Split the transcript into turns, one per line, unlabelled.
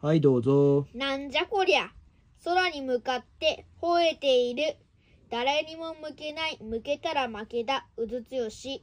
はい、どうぞ。
なんじゃこりゃ空に向かって吠えている誰にも向けない向けたら負けだうずつよし